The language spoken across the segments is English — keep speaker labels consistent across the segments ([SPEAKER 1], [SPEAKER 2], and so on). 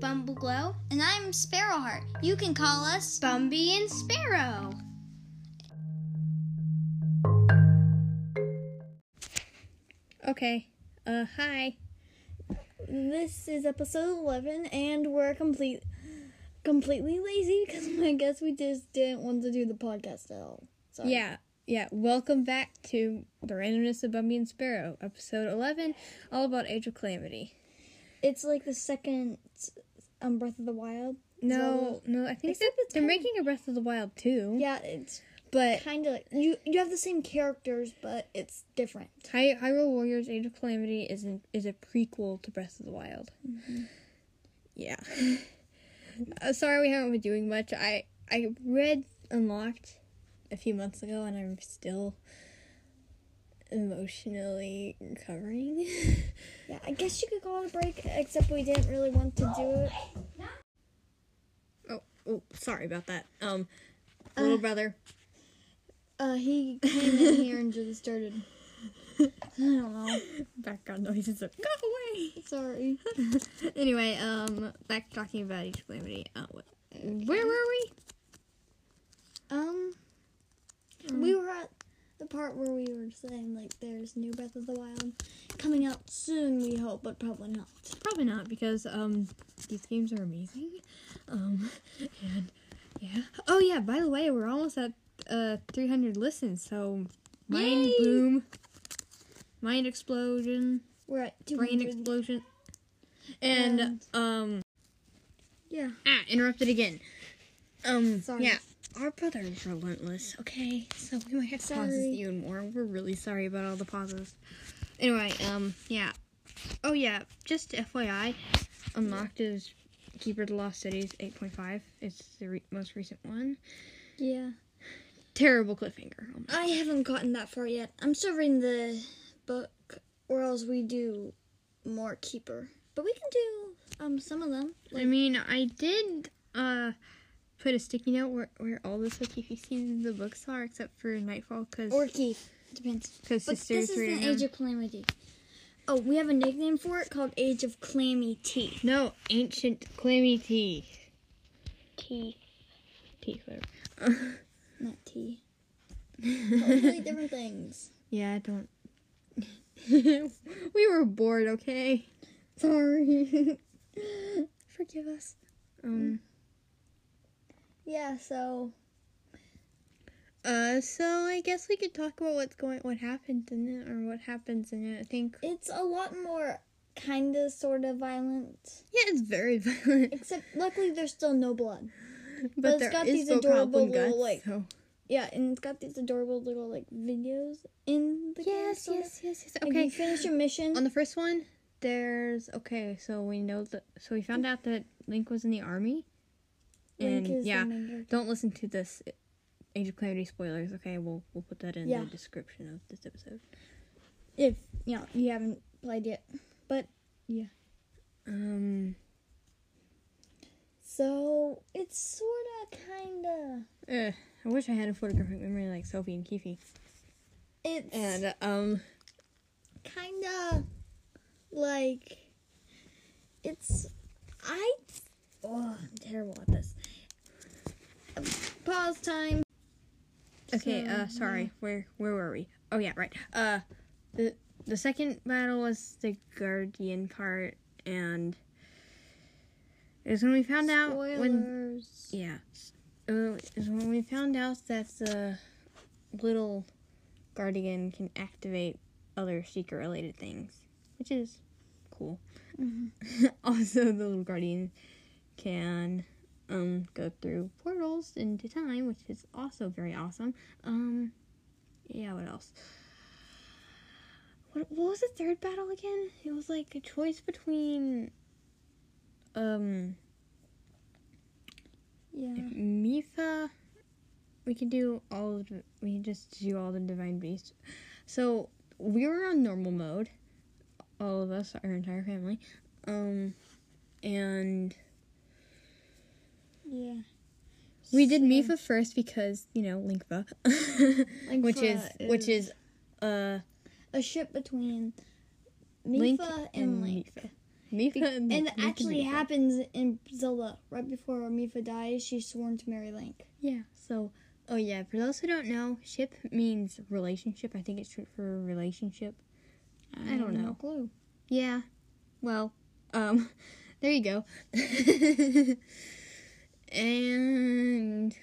[SPEAKER 1] Bumbleglow, and I'm Sparrowheart. You can call us Bumby and Sparrow.
[SPEAKER 2] Okay. Uh, hi. This is episode 11, and we're complete, completely lazy because I guess we just didn't want to do the podcast at all. Sorry.
[SPEAKER 3] Yeah, yeah. Welcome back to the randomness of Bumby and Sparrow, episode eleven, all about Age of Calamity.
[SPEAKER 2] It's like the second um, Breath of the Wild.
[SPEAKER 3] Mm-hmm. No, no. I think
[SPEAKER 2] Except
[SPEAKER 3] that
[SPEAKER 2] it's
[SPEAKER 3] they're
[SPEAKER 2] kind of-
[SPEAKER 3] making a Breath of the Wild too.
[SPEAKER 2] Yeah, it's
[SPEAKER 3] but
[SPEAKER 2] kind of like you, you have the same characters, but it's different.
[SPEAKER 3] Hy- Hyrule Warriors: Age of Calamity is an, is a prequel to Breath of the Wild.
[SPEAKER 2] Mm-hmm.
[SPEAKER 3] Yeah. uh, sorry, we haven't been doing much. I I read Unlocked a few months ago, and I'm still emotionally recovering.
[SPEAKER 2] Yeah, I guess you could call it a break, except we didn't really want to do it.
[SPEAKER 3] Oh, oh, sorry about that. Um, little brother.
[SPEAKER 2] Uh, he came in here and just started. I don't know.
[SPEAKER 3] Background noises. Of, Go away.
[SPEAKER 2] Sorry.
[SPEAKER 3] anyway, um, back to talking about each calamity. Uh, what, where were we?
[SPEAKER 2] Um, we were at the part where we were saying like there's new Breath of the Wild coming out soon. We hope, but probably not.
[SPEAKER 3] Probably not because um, these games are amazing. Um, and yeah. Oh yeah. By the way, we're almost at uh 300 listens. So mind
[SPEAKER 2] Yay!
[SPEAKER 3] boom, mind explosion,
[SPEAKER 2] We're at two
[SPEAKER 3] brain
[SPEAKER 2] hundred.
[SPEAKER 3] explosion, and um.
[SPEAKER 2] yeah,
[SPEAKER 3] Ah, interrupted again. Um,
[SPEAKER 2] Sorry.
[SPEAKER 3] yeah. Our brother is relentless, okay? So we might have to pause
[SPEAKER 2] Sorry.
[SPEAKER 3] this even more. We're really sorry about all the pauses. Anyway, um, yeah. Oh, yeah, just FYI, Unlocked is Keeper of the Lost Cities 8.5. It's the re- most recent one.
[SPEAKER 2] yeah.
[SPEAKER 3] Terrible cliffhanger. Oh my-
[SPEAKER 2] I haven't gotten that far yet. I'm still reading the book, or else we do more Keeper. But we can do um some of them.
[SPEAKER 3] I mean, I did, uh, put a sticky note where, where all the Sokifi scenes in the books are, except for Nightfall, because
[SPEAKER 2] Or Keith. Depends. But
[SPEAKER 3] Sisters
[SPEAKER 2] this is
[SPEAKER 3] reading
[SPEAKER 2] an Age of Calamity. Oh, we have a nickname for it called Age of Clammy Tea.
[SPEAKER 3] No, ancient clammy tea.
[SPEAKER 2] Tea.
[SPEAKER 3] Tea, whatever.
[SPEAKER 2] Not tea. Totally different things.
[SPEAKER 3] yeah, I don't. we were bored, okay?
[SPEAKER 2] Sorry.
[SPEAKER 3] Forgive us. Um.
[SPEAKER 2] yeah, so
[SPEAKER 3] Uh. So I guess we could talk about what's going, what happened in it, or what happens in it. I think.
[SPEAKER 2] it's a lot more kind of sort of violent.
[SPEAKER 3] Yeah, it's very violent,
[SPEAKER 2] Except luckily there's still no blood.
[SPEAKER 3] but
[SPEAKER 2] it's
[SPEAKER 3] there
[SPEAKER 2] got
[SPEAKER 3] is
[SPEAKER 2] these
[SPEAKER 3] still
[SPEAKER 2] adorable
[SPEAKER 3] goblin
[SPEAKER 2] little,
[SPEAKER 3] guts.
[SPEAKER 2] like,
[SPEAKER 3] so.
[SPEAKER 2] Yeah, and it's got these adorable little like videos in the game.
[SPEAKER 3] Yes,
[SPEAKER 2] sort of.
[SPEAKER 3] yes, yes, yes.
[SPEAKER 2] Like, you
[SPEAKER 3] Okay.
[SPEAKER 2] finish your mission.
[SPEAKER 3] On the first one, there's okay. So we know that. So we found out that Link was in the army.
[SPEAKER 2] Link
[SPEAKER 3] and
[SPEAKER 2] is the
[SPEAKER 3] yeah,
[SPEAKER 2] main character.
[SPEAKER 3] Don't listen to this Age of Clarity spoilers. Okay, we'll we'll put that in
[SPEAKER 2] Yeah.
[SPEAKER 3] the description of this episode.
[SPEAKER 2] if you know you haven't played yet. But
[SPEAKER 3] Um,
[SPEAKER 2] so it's sorta kinda
[SPEAKER 3] eh, I wish I had a photographic memory like Sophie and Keefe.
[SPEAKER 2] it's
[SPEAKER 3] And um,
[SPEAKER 2] kinda like it's I oh I'm terrible at this. Pause time.
[SPEAKER 3] okay,
[SPEAKER 2] So,
[SPEAKER 3] uh, sorry, where where were we? Oh yeah, right. Uh, the the second battle was the Guardian part, and it was when we found out when
[SPEAKER 2] Spoilers.
[SPEAKER 3] Yeah. Uh, is when we found out that the little guardian can activate other seeker related things, which is cool. also, the little guardian can um go through portals into time, which is also very awesome. Um yeah, what else? What, what was the third battle again? It was like a choice between um
[SPEAKER 2] Yeah.
[SPEAKER 3] Mifa, we can do all of the, we can just do all the divine beasts. So we were on normal mode, all of us, our entire family, um, and
[SPEAKER 2] Yeah.
[SPEAKER 3] we did Mifa first because you know Linkfa, which is
[SPEAKER 2] Linkfa
[SPEAKER 3] which is uh
[SPEAKER 2] A ship between Mifa
[SPEAKER 3] Link
[SPEAKER 2] and Link.
[SPEAKER 3] Mifa. Mifa
[SPEAKER 2] And that
[SPEAKER 3] Mifa
[SPEAKER 2] actually
[SPEAKER 3] Mifa.
[SPEAKER 2] happens in Zelda. Right before Mifa dies, she's sworn to marry Link.
[SPEAKER 3] Yeah. So, oh yeah. For those who don't know, ship means relationship. I think it's short for relationship. I
[SPEAKER 2] have
[SPEAKER 3] don't know.
[SPEAKER 2] No clue.
[SPEAKER 3] Yeah. Well, um, there you go. and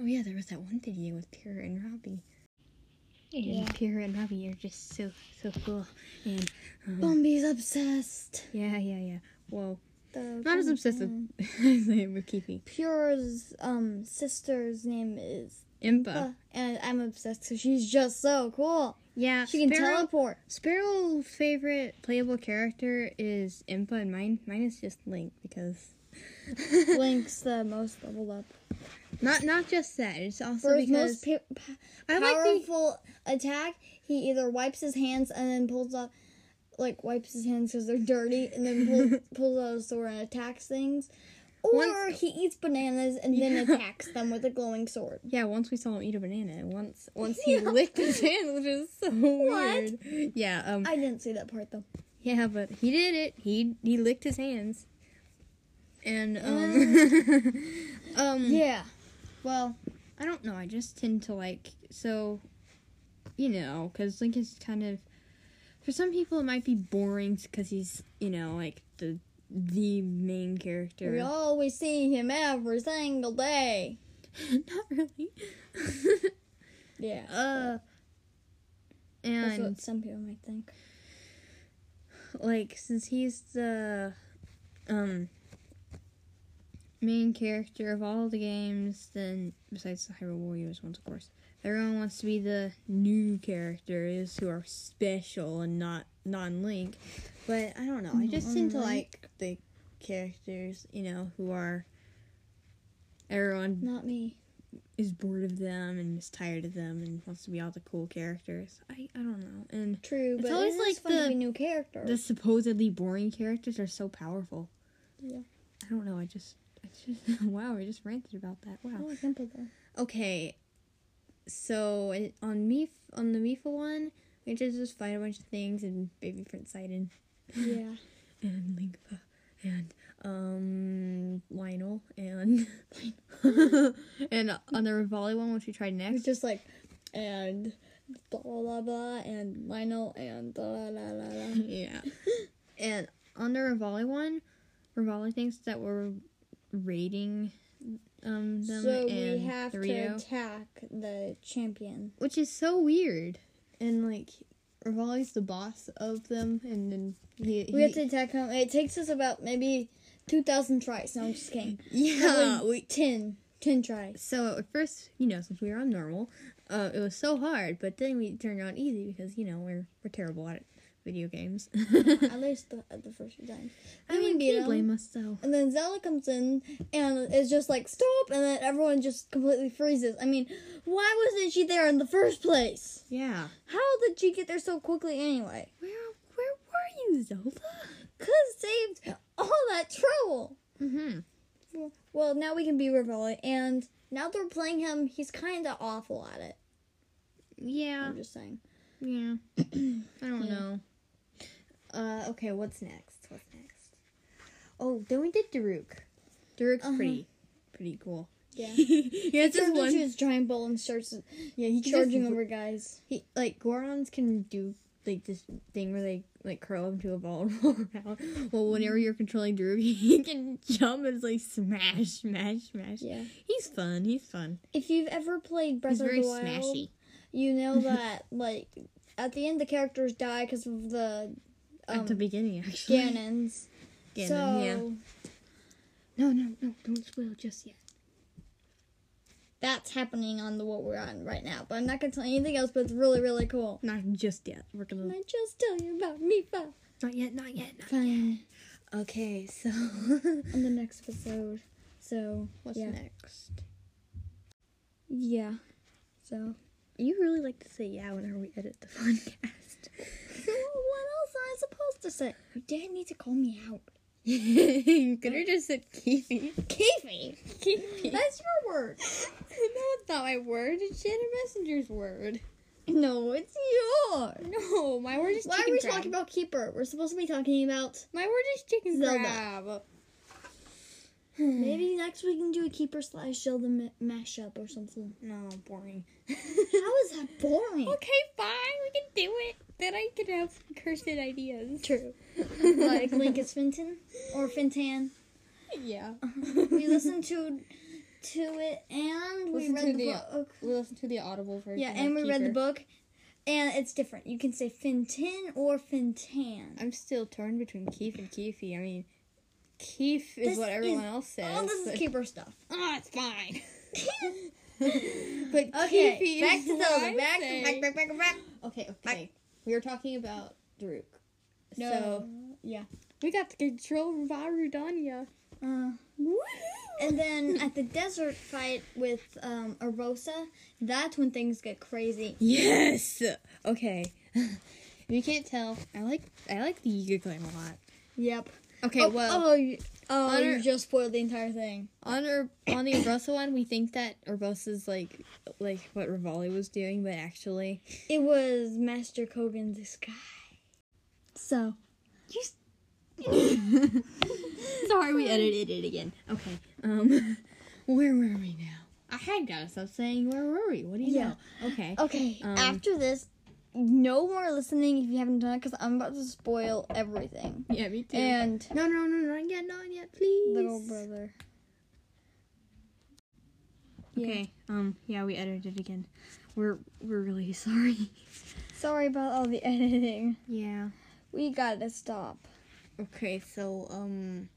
[SPEAKER 3] oh yeah, there was that one video with Pyrrha and Robbie. Yeah.
[SPEAKER 2] Yeah.
[SPEAKER 3] And Pyrrha and Robbie are just so so cool. And um,
[SPEAKER 2] Bumby's obsessed.
[SPEAKER 3] yeah, yeah, yeah. Whoa,
[SPEAKER 2] The
[SPEAKER 3] not as obsessive as I am with Kifi.
[SPEAKER 2] Pure's um sister's name is
[SPEAKER 3] Impa.
[SPEAKER 2] Oh, and I'm obsessed because she's just so cool.
[SPEAKER 3] Yeah,
[SPEAKER 2] She can
[SPEAKER 3] Sparrow-
[SPEAKER 2] teleport.
[SPEAKER 3] Sparrow's favorite playable character is Impa, and mine mine is just Link because
[SPEAKER 2] Link's the most leveled up.
[SPEAKER 3] not not just that. It's also
[SPEAKER 2] For his most
[SPEAKER 3] because
[SPEAKER 2] pa- pa-
[SPEAKER 3] I like the
[SPEAKER 2] powerful attack, he either wipes his hands and then pulls up, like wipes his hands because they're dirty, and then pulls, pulls out a sword and attacks things. Or
[SPEAKER 3] Once-
[SPEAKER 2] he eats bananas and then
[SPEAKER 3] Yeah.
[SPEAKER 2] attacks them with a glowing sword.
[SPEAKER 3] yeah. Once we saw him eat a banana. and Once once he licked his hand, which is so weird. Yeah. Um.
[SPEAKER 2] I didn't see that part though.
[SPEAKER 3] yeah, but he did it. He he licked his hands. And um. um.
[SPEAKER 2] Yeah. Well,
[SPEAKER 3] I don't know. I just tend to like so, you know, because Link is kind of for some people it might be boring because he's you know like the the main character.
[SPEAKER 2] we always see him every single day.
[SPEAKER 3] Not really.
[SPEAKER 2] Yeah.
[SPEAKER 3] uh,
[SPEAKER 2] That's
[SPEAKER 3] and
[SPEAKER 2] what some people might think.
[SPEAKER 3] like since he's the um main character of all the games, then besides the Hyrule Warriors ones, of course, everyone wants to be the new characters who are special and not non-Link. But I don't know. I just tend to like the characters, you know, who are everyone
[SPEAKER 2] Not me.
[SPEAKER 3] is bored of them and is tired of them and wants to be all the cool characters. I I don't know. And
[SPEAKER 2] True,
[SPEAKER 3] It's
[SPEAKER 2] but
[SPEAKER 3] always
[SPEAKER 2] it is
[SPEAKER 3] like
[SPEAKER 2] fun to
[SPEAKER 3] the-
[SPEAKER 2] be new character.
[SPEAKER 3] the supposedly boring characters are so powerful.
[SPEAKER 2] Yeah.
[SPEAKER 3] I don't know. I just, I just, wow. I just ranted about that. Wow.
[SPEAKER 2] Oh, I can put that.
[SPEAKER 3] Okay. So in- on Mif, on the Mifa one, we just just fight a bunch of things and baby Prince Sidon
[SPEAKER 2] Yeah.
[SPEAKER 3] and Linkfa and um Lionel and and on the Rivali one, which we tried
[SPEAKER 2] It's
[SPEAKER 3] next.
[SPEAKER 2] just like, and blah blah blah, blah and Lionel and blah blah blah blah. blah.
[SPEAKER 3] yeah. And on the Rivali one, Rivali thinks that we're raiding um them
[SPEAKER 2] So
[SPEAKER 3] and
[SPEAKER 2] we have to
[SPEAKER 3] Dorito.
[SPEAKER 2] attack the champion.
[SPEAKER 3] which is so weird. And like, Rivali's the boss of them, and then he,
[SPEAKER 2] We have to attack him. It takes us about maybe two thousand tries. No, I'm just kidding.
[SPEAKER 3] yeah.
[SPEAKER 2] Probably ten. Ten tries.
[SPEAKER 3] So at first, you know, since we were on normal, uh, it was so hard. But then we turned on easy because you know we're we're terrible at video games.
[SPEAKER 2] At least the, at the first few times.
[SPEAKER 3] I mean,
[SPEAKER 2] beat
[SPEAKER 3] can you
[SPEAKER 2] him.
[SPEAKER 3] blame us though?
[SPEAKER 2] And then Zelda comes in and is just like, stop! And then everyone just completely freezes. I mean, why wasn't she there in the first place?
[SPEAKER 3] Yeah.
[SPEAKER 2] How did she get there so quickly anyway?
[SPEAKER 3] Where where were you, Zelda?
[SPEAKER 2] Cuz saved all that trouble!
[SPEAKER 3] Mm-hmm.
[SPEAKER 2] Well, now we can be Rivoli, and now they're playing him, he's kinda awful at it.
[SPEAKER 3] Yeah.
[SPEAKER 2] I'm just saying.
[SPEAKER 3] Yeah. I don't know. Uh, okay. What's next? What's next? Oh, then we did Daruk. Daruk's
[SPEAKER 2] Uh-huh.
[SPEAKER 3] pretty, pretty cool.
[SPEAKER 2] Yeah.
[SPEAKER 3] yeah, it's
[SPEAKER 2] Turns
[SPEAKER 3] just
[SPEAKER 2] into
[SPEAKER 3] one.
[SPEAKER 2] his giant ball and starts
[SPEAKER 3] Yeah, he
[SPEAKER 2] charging
[SPEAKER 3] just,
[SPEAKER 2] over guys.
[SPEAKER 3] He like Gorons can do like this thing where they like curl up into a ball and roll around. Well, whenever you're controlling Drew, he can jump and like smash, smash, smash.
[SPEAKER 2] Yeah.
[SPEAKER 3] he's fun. He's fun.
[SPEAKER 2] If you've ever played Breath
[SPEAKER 3] He's
[SPEAKER 2] of
[SPEAKER 3] very
[SPEAKER 2] the Wild,
[SPEAKER 3] smashy.
[SPEAKER 2] you know that like at the end the characters die because of the
[SPEAKER 3] At the
[SPEAKER 2] um,
[SPEAKER 3] beginning, actually.
[SPEAKER 2] Ganons.
[SPEAKER 3] Ganon,
[SPEAKER 2] so
[SPEAKER 3] yeah. No, no, no! Don't spoil just yet.
[SPEAKER 2] that's happening on the what we're on right now. But I'm not gonna tell you anything else. But it's really really cool.
[SPEAKER 3] Not just yet. We're
[SPEAKER 2] Can
[SPEAKER 3] gonna.
[SPEAKER 2] I just tell you about Mifa?
[SPEAKER 3] Not yet. Not yet. Not
[SPEAKER 2] Fine.
[SPEAKER 3] yet. Okay, so
[SPEAKER 2] On the next episode. So
[SPEAKER 3] what's
[SPEAKER 2] yeah.
[SPEAKER 3] next?
[SPEAKER 2] Yeah. So
[SPEAKER 3] You really like to say yeah whenever we edit the podcast.
[SPEAKER 2] so what else am I supposed to say? You didn't need to call me out.
[SPEAKER 3] you could have just said Keefy.
[SPEAKER 2] Keefy.
[SPEAKER 3] Keefy.
[SPEAKER 2] That's your word.
[SPEAKER 3] no, it's not my word. It's Shannon Messenger's word.
[SPEAKER 2] No, it's yours.
[SPEAKER 3] No, my word is
[SPEAKER 2] Why are we talking about Keeper? We're supposed to be talking about.
[SPEAKER 3] My word is chicken
[SPEAKER 2] Zelda.
[SPEAKER 3] crab.
[SPEAKER 2] Maybe next we can do a Keeper slash Zelda ma- mashup or something.
[SPEAKER 3] No, boring.
[SPEAKER 2] How is that boring?
[SPEAKER 3] Okay, fine, we can do it. Then I can have cursed ideas.
[SPEAKER 2] True. like Linkus Fenton or Fintan.
[SPEAKER 3] Yeah.
[SPEAKER 2] We listened to to it and we
[SPEAKER 3] Listen to
[SPEAKER 2] read the,
[SPEAKER 3] the-
[SPEAKER 2] book.
[SPEAKER 3] We listened to the audible version.
[SPEAKER 2] Yeah,
[SPEAKER 3] of
[SPEAKER 2] and we read the
[SPEAKER 3] Keeper.
[SPEAKER 2] book. And it's different. You can say Fintan or Fintan.
[SPEAKER 3] I'm still torn between Keef and Keefy. I mean, Keef is
[SPEAKER 2] This
[SPEAKER 3] what everyone
[SPEAKER 2] is-
[SPEAKER 3] else says.
[SPEAKER 2] All Oh, this is Oh,
[SPEAKER 3] but-
[SPEAKER 2] Keeper stuff.
[SPEAKER 3] Ah, it's fine. but
[SPEAKER 2] Okay,
[SPEAKER 3] Keefy
[SPEAKER 2] back
[SPEAKER 3] is
[SPEAKER 2] to
[SPEAKER 3] what
[SPEAKER 2] Zelda.
[SPEAKER 3] I
[SPEAKER 2] Back
[SPEAKER 3] say.
[SPEAKER 2] to back, back, back, back.
[SPEAKER 3] Okay, okay. We were talking about Daruk.
[SPEAKER 2] No.
[SPEAKER 3] So,
[SPEAKER 2] yeah.
[SPEAKER 3] we got to control Varudanya.
[SPEAKER 2] Uh, and then at the desert fight with um, Arosa, that's when things get crazy.
[SPEAKER 3] Yes. Okay. if you can't tell, I like I like the Yiga clan a lot.
[SPEAKER 2] Yep.
[SPEAKER 3] Okay,
[SPEAKER 2] oh,
[SPEAKER 3] well,
[SPEAKER 2] oh, you, oh,
[SPEAKER 3] Honor-
[SPEAKER 2] you just spoiled the entire thing.
[SPEAKER 3] on Ur- on the Urbosa one, we think that Urbosa's like like what Rivali was doing, but actually,
[SPEAKER 2] It was Master Kogan the Sky. So,
[SPEAKER 3] sorry, we edited it again. Okay. Um, where were we now? I had gotta stop saying where were we. What do you
[SPEAKER 2] Yeah.
[SPEAKER 3] know? Okay.
[SPEAKER 2] okay,
[SPEAKER 3] Um,
[SPEAKER 2] after this, no more listening if you haven't done it because I'm about to spoil everything.
[SPEAKER 3] Yeah, me too.
[SPEAKER 2] And
[SPEAKER 3] no, no, no, no, not yet, not yet, please.
[SPEAKER 2] little brother.
[SPEAKER 3] Okay. Um. Yeah, we edited it again. We're we're really sorry.
[SPEAKER 2] Sorry about all the editing.
[SPEAKER 3] Yeah.
[SPEAKER 2] We gotta stop.
[SPEAKER 3] Okay, so um,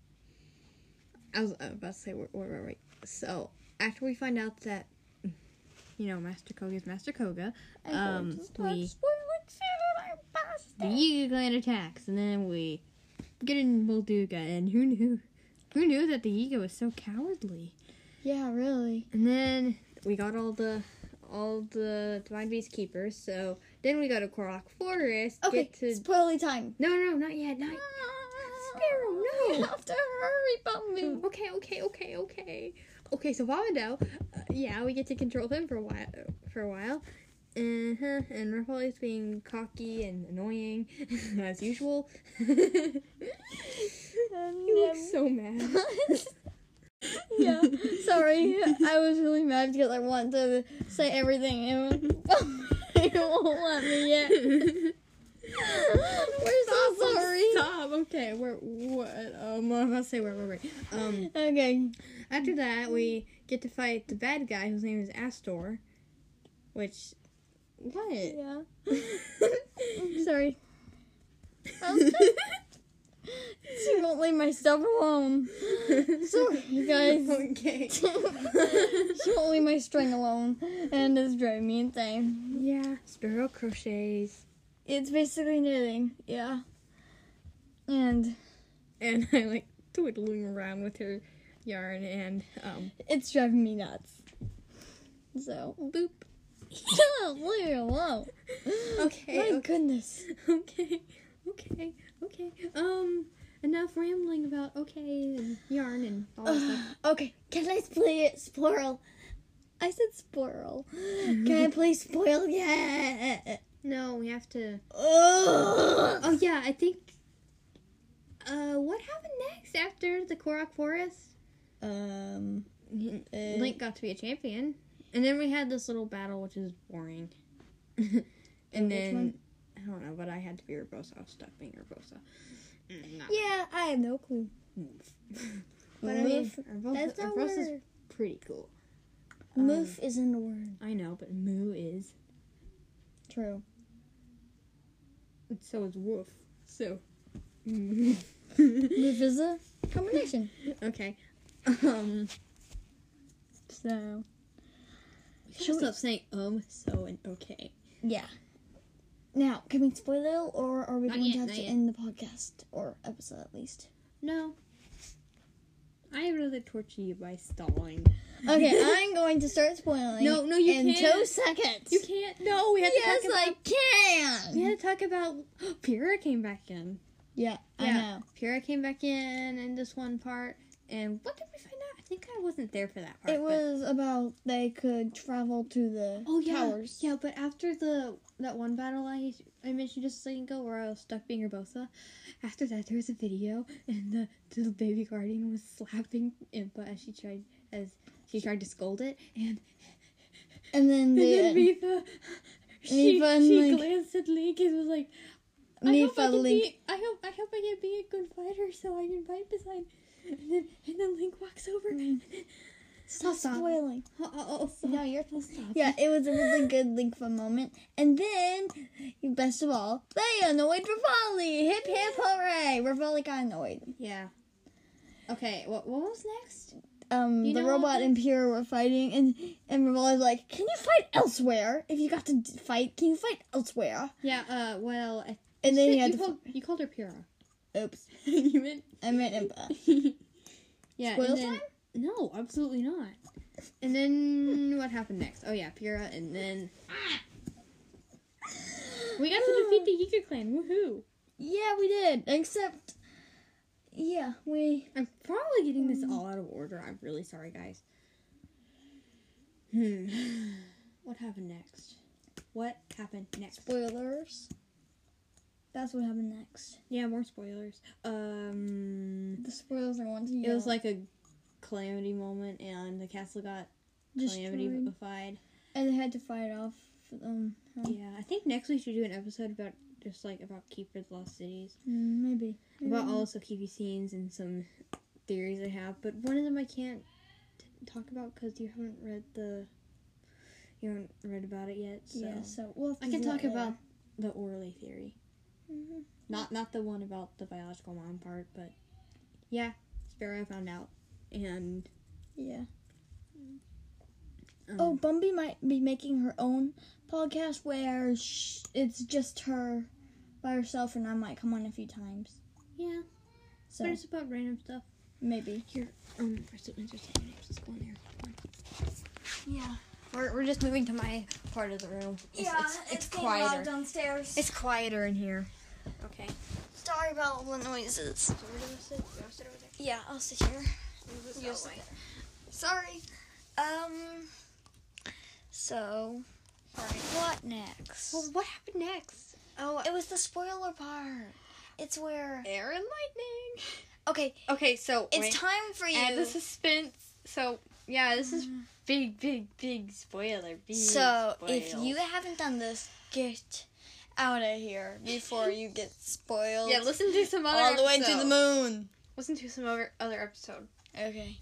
[SPEAKER 3] I was uh, about to say wait, wait, wait, wait. So after we find out that you know Master Koga is Master Koga, um, we the Yiga clan attacks, and then we get in Molduga, and who knew? Who knew that the Yiga was so cowardly?
[SPEAKER 2] Yeah, really.
[SPEAKER 3] And then we got all the all the Divine Beast keepers. So then we go to Korok Forest.
[SPEAKER 2] Okay,
[SPEAKER 3] Get to
[SPEAKER 2] spoily time.
[SPEAKER 3] no, no, not yet, not. Sparrow, no.
[SPEAKER 2] You have to hurry, Bumblebee.
[SPEAKER 3] Okay, okay, okay, okay. Okay, so Vamado, uh, yeah, we get to control him for a while. For a while, uh-huh. and Rafaeli's being cocky and annoying as usual. he looks so mad.
[SPEAKER 2] yeah, sorry. I was really mad because I wanted to say everything and it won't let me yet. We're so sorry.
[SPEAKER 3] Stop. Okay, we're what? Um, I'm about to say where where where. Um,
[SPEAKER 2] Okay.
[SPEAKER 3] after that, we get to fight the bad guy whose name is Astor, which what?
[SPEAKER 2] Yeah. Sorry. She won't leave my stuff alone. Sorry, you guys.
[SPEAKER 3] okay.
[SPEAKER 2] she won't leave my string alone, and it's driving me insane.
[SPEAKER 3] Yeah, sparrow crochets.
[SPEAKER 2] It's basically knitting, yeah. And
[SPEAKER 3] And I like twiddling around with her yarn and um
[SPEAKER 2] it's driving me nuts. So,
[SPEAKER 3] boop.
[SPEAKER 2] leave it alone.
[SPEAKER 3] Okay,
[SPEAKER 2] My
[SPEAKER 3] okay,
[SPEAKER 2] goodness.
[SPEAKER 3] okay, okay, okay. Um, enough rambling about okay and yarn and all that stuff.
[SPEAKER 2] Okay, can I play it? Spoil. I said spoil. Can I play spoil? Yeah.
[SPEAKER 3] No, we have to.
[SPEAKER 2] Ugh.
[SPEAKER 3] Oh yeah, I think. Uh, what happened next after the Korok Forest?
[SPEAKER 2] Um.
[SPEAKER 3] Mm-hmm.
[SPEAKER 2] Uh,
[SPEAKER 3] Link got to be a champion, and then we had this little battle, which is boring. and then
[SPEAKER 2] one?
[SPEAKER 3] I don't know, but I had to be Urbosa. I was stuck being Urbosa. Mm, not
[SPEAKER 2] Yeah, I have no clue.
[SPEAKER 3] move.
[SPEAKER 2] But I mean,
[SPEAKER 3] Urbosa,
[SPEAKER 2] that's not
[SPEAKER 3] Urbosa's
[SPEAKER 2] word.
[SPEAKER 3] pretty cool.
[SPEAKER 2] Moof isn't a word.
[SPEAKER 3] I know, but moo is
[SPEAKER 2] True.
[SPEAKER 3] so is woof. So
[SPEAKER 2] Moof is a combination.
[SPEAKER 3] okay. Um,
[SPEAKER 2] So
[SPEAKER 3] should stop saying um, so, and okay.
[SPEAKER 2] yeah. Now, can we spoil it, or are we
[SPEAKER 3] Not
[SPEAKER 2] going
[SPEAKER 3] yet,
[SPEAKER 2] to have
[SPEAKER 3] not
[SPEAKER 2] to
[SPEAKER 3] yet.
[SPEAKER 2] end the podcast or episode at least?
[SPEAKER 3] No, I would rather torture you by stalling.
[SPEAKER 2] Okay, I'm going to start spoiling.
[SPEAKER 3] No, no, you
[SPEAKER 2] in
[SPEAKER 3] can't.
[SPEAKER 2] two seconds.
[SPEAKER 3] You can't. No, we had
[SPEAKER 2] yes,
[SPEAKER 3] to talk about.
[SPEAKER 2] I can.
[SPEAKER 3] we had to talk about. Pyrrha came back in.
[SPEAKER 2] Yeah, Mm-hmm. I know.
[SPEAKER 3] Pyrrha came back in in this one part, And what did we find out? I think I wasn't there for that part.
[SPEAKER 2] It
[SPEAKER 3] but-
[SPEAKER 2] was about they could travel to the
[SPEAKER 3] Oh yeah,
[SPEAKER 2] towers.
[SPEAKER 3] yeah. But after the that one battle I I mentioned just a second ago, where I was stuck being Urbosa, after that there was a video and the the baby guardian was slapping Impa as she tried as she tried to scold it, and,
[SPEAKER 2] And then
[SPEAKER 3] and
[SPEAKER 2] they
[SPEAKER 3] then Mifa, she,
[SPEAKER 2] Mifa and,
[SPEAKER 3] she
[SPEAKER 2] like-
[SPEAKER 3] glanced at Link and was like, I hope I
[SPEAKER 2] Mifa
[SPEAKER 3] can
[SPEAKER 2] Link.
[SPEAKER 3] be, I hope I hope I can be a good fighter so I can fight beside. And then and then Link walks over.
[SPEAKER 2] Stop spoiling.
[SPEAKER 3] Oh, oh, oh,
[SPEAKER 2] No, you're
[SPEAKER 3] oh, stop.
[SPEAKER 2] Yeah, it was a really good Link Fun moment. And then, best of all, they annoyed Rivali. Hip hip hooray! Rivali got annoyed.
[SPEAKER 3] Yeah. Okay, what what was next?
[SPEAKER 2] Um,
[SPEAKER 3] You
[SPEAKER 2] the
[SPEAKER 3] know what
[SPEAKER 2] robot
[SPEAKER 3] the-
[SPEAKER 2] and Pyrrha were fighting, and and Rivali's like, "Can you fight elsewhere? If you got to d- fight, can you fight elsewhere?"
[SPEAKER 3] Yeah, uh, well, I
[SPEAKER 2] And then
[SPEAKER 3] you,
[SPEAKER 2] he had to.
[SPEAKER 3] called, you called her Pyrrha.
[SPEAKER 2] oops,
[SPEAKER 3] you meant
[SPEAKER 2] I meant Impa.
[SPEAKER 3] yeah.
[SPEAKER 2] Spoil
[SPEAKER 3] and then,
[SPEAKER 2] uh, time?
[SPEAKER 3] No, absolutely not. And then what happened next? Oh yeah, Pyrrha, and then ah! we got to defeat the Yika clan. Woohoo!
[SPEAKER 2] Yeah, we did. Except, yeah, we.
[SPEAKER 3] I'm probably getting this all out of order. I'm really sorry, guys. Hmm. What happened next? What happened next?
[SPEAKER 2] Spoilers. That's what happened next.
[SPEAKER 3] yeah, more spoilers. Um.
[SPEAKER 2] The spoilers are one to
[SPEAKER 3] It was like a calamity moment, and the castle got calamity-ified.
[SPEAKER 2] And they had to fight off um huh?
[SPEAKER 3] Yeah, I think next we should do an episode about just like about Keeper's Lost Cities,
[SPEAKER 2] Mm, maybe.
[SPEAKER 3] about also Keepy scenes and some theories I have. But one of them I can't t- talk about because you haven't read the, you haven't read about it yet. So
[SPEAKER 2] Yeah, so we'll have to
[SPEAKER 3] I can
[SPEAKER 2] do that
[SPEAKER 3] talk
[SPEAKER 2] later.
[SPEAKER 3] about the Orly theory,
[SPEAKER 2] Mhm.
[SPEAKER 3] not not the one about the biological mom part, but yeah, Sparrow found out, and
[SPEAKER 2] Yeah.
[SPEAKER 3] um,
[SPEAKER 2] Oh, Bumby might be making her own podcast where sh- it's just her by herself, and I might come on a few times.
[SPEAKER 3] yeah, but
[SPEAKER 2] So
[SPEAKER 3] it's about random stuff.
[SPEAKER 2] maybe.
[SPEAKER 3] Here, um, for some entertainment, just go in there.
[SPEAKER 2] Yeah.
[SPEAKER 3] We're, we're just moving to my part of the room. It's, it's, it's, quieter.
[SPEAKER 2] downstairs.
[SPEAKER 3] It's quieter in here. Okay.
[SPEAKER 2] Sorry about all the noises. Yeah, I'll sit here. You sit there. Sorry. Um. So, what next?
[SPEAKER 3] Well, what happened next? Oh,
[SPEAKER 2] It was the spoiler part. It's where.
[SPEAKER 3] air and lightning.
[SPEAKER 2] Okay,
[SPEAKER 3] Okay, so
[SPEAKER 2] it's
[SPEAKER 3] wait.
[SPEAKER 2] time for you. Mm-hmm.
[SPEAKER 3] Add the suspense. So yeah, this is big, big, big spoiler. Big
[SPEAKER 2] so,
[SPEAKER 3] spoil.
[SPEAKER 2] if you haven't done this, get out of here before you get spoiled.
[SPEAKER 3] yeah, listen to some other
[SPEAKER 2] all the way to
[SPEAKER 3] episode.
[SPEAKER 2] the moon.
[SPEAKER 3] Listen to some other other episode.
[SPEAKER 2] Okay,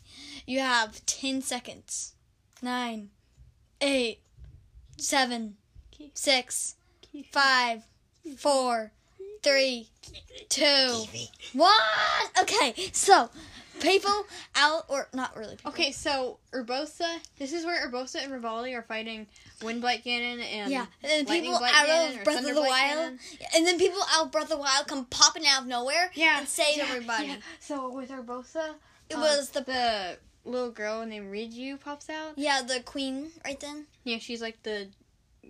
[SPEAKER 2] you have ten seconds. Nine, eight, seven, six, five, four, three, two, one. Okay, so people out or not really people.
[SPEAKER 3] Okay, so Urbosa. This is where Urbosa and Rivali are fighting Windblight Ganon and
[SPEAKER 2] Yeah, and then
[SPEAKER 3] Lightning
[SPEAKER 2] people
[SPEAKER 3] Blight
[SPEAKER 2] out
[SPEAKER 3] Cannon or
[SPEAKER 2] of Breath
[SPEAKER 3] Thunder
[SPEAKER 2] of the
[SPEAKER 3] Blight
[SPEAKER 2] Wild,
[SPEAKER 3] Cannon.
[SPEAKER 2] and then people out of Breath of the Wild come popping out of nowhere
[SPEAKER 3] yeah,
[SPEAKER 2] and save
[SPEAKER 3] yeah,
[SPEAKER 2] everybody.
[SPEAKER 3] yeah. So with Urbosa,
[SPEAKER 2] It
[SPEAKER 3] um,
[SPEAKER 2] was the
[SPEAKER 3] the little girl named Riju pops out.
[SPEAKER 2] yeah the queen right then.
[SPEAKER 3] Yeah, she's like the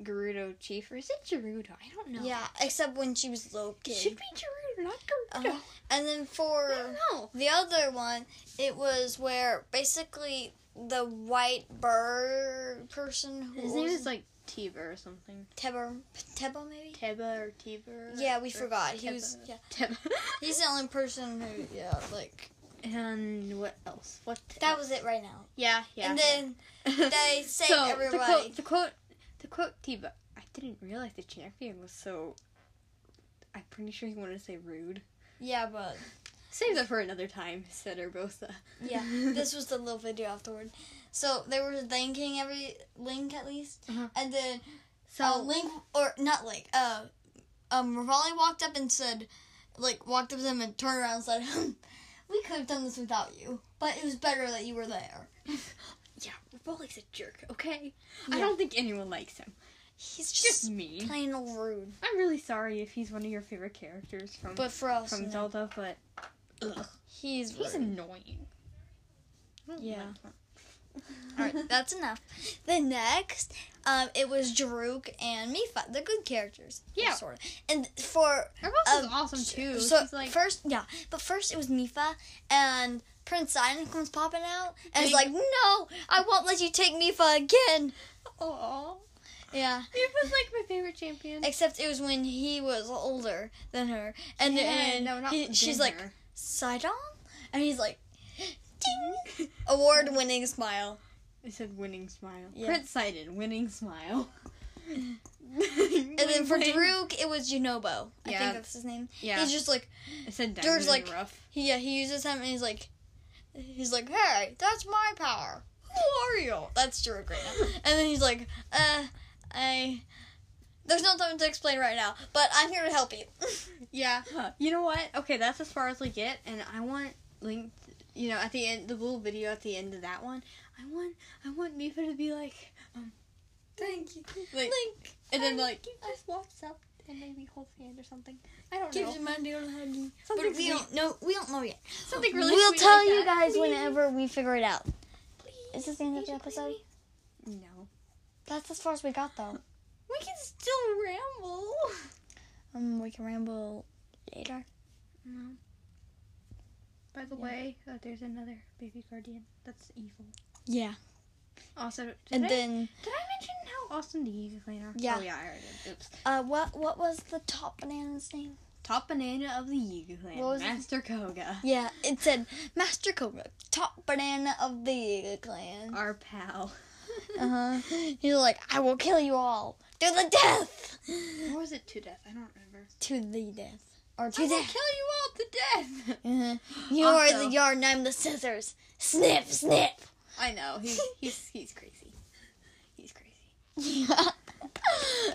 [SPEAKER 3] Gerudo chief, or is it Gerudo? I don't know.
[SPEAKER 2] Yeah, except when she was little
[SPEAKER 3] it should
[SPEAKER 2] kid.
[SPEAKER 3] be Gerudo, not Gerudo.
[SPEAKER 2] Uh-huh. And then for
[SPEAKER 3] I don't know.
[SPEAKER 2] the other one, it was where basically the white bird person who
[SPEAKER 3] His name
[SPEAKER 2] was
[SPEAKER 3] is like Tiba or something.
[SPEAKER 2] Tebo Tebo maybe.
[SPEAKER 3] Teba or Tiba.
[SPEAKER 2] Yeah, we
[SPEAKER 3] or
[SPEAKER 2] forgot. He was
[SPEAKER 3] Teba.
[SPEAKER 2] yeah.
[SPEAKER 3] Teba.
[SPEAKER 2] He's the only person who yeah like
[SPEAKER 3] and what else? What?
[SPEAKER 2] that
[SPEAKER 3] else?
[SPEAKER 2] was it right now.
[SPEAKER 3] Yeah, yeah.
[SPEAKER 2] And then they saved
[SPEAKER 3] The
[SPEAKER 2] everybody.
[SPEAKER 3] quote, the quote, the quote, Tiba. I didn't realize the champion was so. I'm pretty sure he wanted to say rude.
[SPEAKER 2] yeah, but
[SPEAKER 3] Save that for another time, said uh, Urbosa.
[SPEAKER 2] Yeah, this was the little video afterward. So they were thanking every Link at least,
[SPEAKER 3] Uh-huh.
[SPEAKER 2] and then
[SPEAKER 3] So
[SPEAKER 2] uh, Link or not Link, uh, um, Rivali walked up and said, like walked up to him and turned around and said, "We could have done this without you, but it was better that you were there."
[SPEAKER 3] yeah, Rivali's a jerk. Okay, I
[SPEAKER 2] Yeah.
[SPEAKER 3] don't think anyone likes him.
[SPEAKER 2] He's
[SPEAKER 3] Just
[SPEAKER 2] just
[SPEAKER 3] me.
[SPEAKER 2] plain old rude.
[SPEAKER 3] I'm really sorry if he's one of your favorite characters from
[SPEAKER 2] But for us,
[SPEAKER 3] from
[SPEAKER 2] no,
[SPEAKER 3] Zelda, but ugh,
[SPEAKER 2] he's
[SPEAKER 3] he's
[SPEAKER 2] rude.
[SPEAKER 3] annoying.
[SPEAKER 2] Yeah. All right, that's enough. The next, um, it was Daruk and Mifa, the good characters.
[SPEAKER 3] Yeah.
[SPEAKER 2] sort of. And for
[SPEAKER 3] Urbosa's
[SPEAKER 2] Um,
[SPEAKER 3] awesome too.
[SPEAKER 2] So
[SPEAKER 3] She's like
[SPEAKER 2] first, yeah, but first it was Mifa, and Prince Sidon comes popping out and is like, "No, I won't let you take Mifa again."
[SPEAKER 3] Oh,
[SPEAKER 2] Yeah.
[SPEAKER 3] he was like my favorite champion.
[SPEAKER 2] Except it was when he was older than her, and and he- she's like Sidon, and he's like, "Ding!" Award-winning smile.
[SPEAKER 3] I said winning smile.
[SPEAKER 2] Yeah.
[SPEAKER 3] Prince cited winning smile.
[SPEAKER 2] And then for Daruk, it was Junobo. I
[SPEAKER 3] Yeah.
[SPEAKER 2] think that's his name.
[SPEAKER 3] yeah,
[SPEAKER 2] He's just like,
[SPEAKER 3] I said diamond
[SPEAKER 2] Dirk's
[SPEAKER 3] in
[SPEAKER 2] like-
[SPEAKER 3] the rough.
[SPEAKER 2] he, yeah, he uses him, and he's like, he's like, hey, that's my power. Who are you? That's Daruk right now. And then he's like, uh, I. There's no time to explain right now, but I'm here to help you.
[SPEAKER 3] Yeah, you know what? Okay, that's as far as we get, and I want Link. You know, at the end, the little video at the end of that one, I want, I want Mifa to be like, um,
[SPEAKER 2] Thank you.
[SPEAKER 3] like,
[SPEAKER 2] Link
[SPEAKER 3] and then
[SPEAKER 2] thank
[SPEAKER 3] like,
[SPEAKER 2] you.
[SPEAKER 3] just walks up and maybe holds hand or something. I don't
[SPEAKER 2] gives
[SPEAKER 3] know.
[SPEAKER 2] him a little huggy. But
[SPEAKER 3] Something
[SPEAKER 2] we
[SPEAKER 3] sweet.
[SPEAKER 2] don't know. We don't know yet.
[SPEAKER 3] Something really.
[SPEAKER 2] we'll
[SPEAKER 3] sweet
[SPEAKER 2] tell
[SPEAKER 3] like
[SPEAKER 2] you
[SPEAKER 3] that.
[SPEAKER 2] guys
[SPEAKER 3] Please,
[SPEAKER 2] whenever we figure it out.
[SPEAKER 3] Please.
[SPEAKER 2] Is this the end of the
[SPEAKER 3] Asian
[SPEAKER 2] episode?
[SPEAKER 3] baby? No.
[SPEAKER 2] That's as far as we got, though.
[SPEAKER 3] We can still ramble.
[SPEAKER 2] Um, we can ramble later.
[SPEAKER 3] No. By the way, oh, there's another baby guardian. That's evil.
[SPEAKER 2] Yeah.
[SPEAKER 3] Also, did
[SPEAKER 2] and
[SPEAKER 3] I,
[SPEAKER 2] then,
[SPEAKER 3] did I mention how awesome the Yeezy cleaner?
[SPEAKER 2] Yeah.
[SPEAKER 3] Oh yeah, I already did. Oops.
[SPEAKER 2] uh, what what was the top banana's name?
[SPEAKER 3] Top banana of the Yugi clan,
[SPEAKER 2] What was it?
[SPEAKER 3] Master Koga.
[SPEAKER 2] Yeah, it said Master Cobra, top banana of the Eagle Clan.
[SPEAKER 3] Our pal.
[SPEAKER 2] Uh huh. He's like, I will kill you all to the death.
[SPEAKER 3] Or was it to death? I don't remember.
[SPEAKER 2] To the death, or
[SPEAKER 3] I
[SPEAKER 2] to
[SPEAKER 3] will kill
[SPEAKER 2] death.
[SPEAKER 3] you all to death.
[SPEAKER 2] Uh-huh. You are
[SPEAKER 3] Also-
[SPEAKER 2] the yarn, I'm the scissors. Snip, snip.
[SPEAKER 3] I know. He's he's he's crazy. He's crazy.
[SPEAKER 2] Yeah.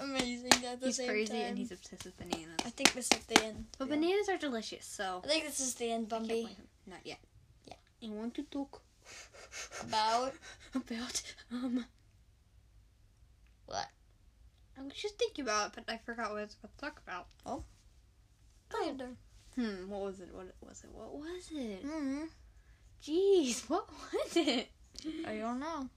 [SPEAKER 2] Amazing at the
[SPEAKER 3] He's
[SPEAKER 2] same
[SPEAKER 3] crazy
[SPEAKER 2] time.
[SPEAKER 3] and he's obsessed with bananas.
[SPEAKER 2] I think this is the end.
[SPEAKER 3] But bananas are delicious, so
[SPEAKER 2] I think this is the end,
[SPEAKER 3] can't blame
[SPEAKER 2] Bumby.
[SPEAKER 3] him. Not yet.
[SPEAKER 2] Yeah.
[SPEAKER 3] I want to talk
[SPEAKER 2] About
[SPEAKER 3] about um.
[SPEAKER 2] what?
[SPEAKER 3] I was just thinking about it, but I forgot what I was about to talk about.
[SPEAKER 2] Later.
[SPEAKER 3] Hmm. What was it? What was it? What was it?
[SPEAKER 2] hmm
[SPEAKER 3] Jeez. What was it?
[SPEAKER 2] I don't know.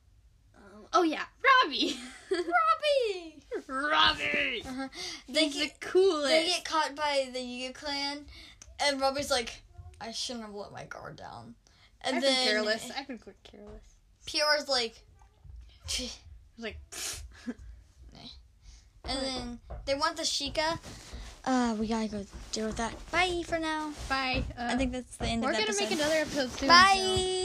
[SPEAKER 3] Um, oh yeah, Robbie.
[SPEAKER 2] Robbie.
[SPEAKER 3] Robbie.
[SPEAKER 2] Uh-huh. They
[SPEAKER 3] He's the
[SPEAKER 2] get, they
[SPEAKER 3] coolest.
[SPEAKER 2] get caught by the Yuga clan, and Robbie's like, "I shouldn't have let my guard down." And
[SPEAKER 3] I've
[SPEAKER 2] then
[SPEAKER 3] been careless. I've been quick careless.
[SPEAKER 2] PR's like, "Pfft."
[SPEAKER 3] I was like, pfft.
[SPEAKER 2] and then they want the Sheikah. Uh, we gotta go deal with that. Bye for now.
[SPEAKER 3] bye. Uh,
[SPEAKER 2] I think that's the end
[SPEAKER 3] we're
[SPEAKER 2] of the
[SPEAKER 3] gonna
[SPEAKER 2] episode.
[SPEAKER 3] make another episode soon. so-
[SPEAKER 2] Bye.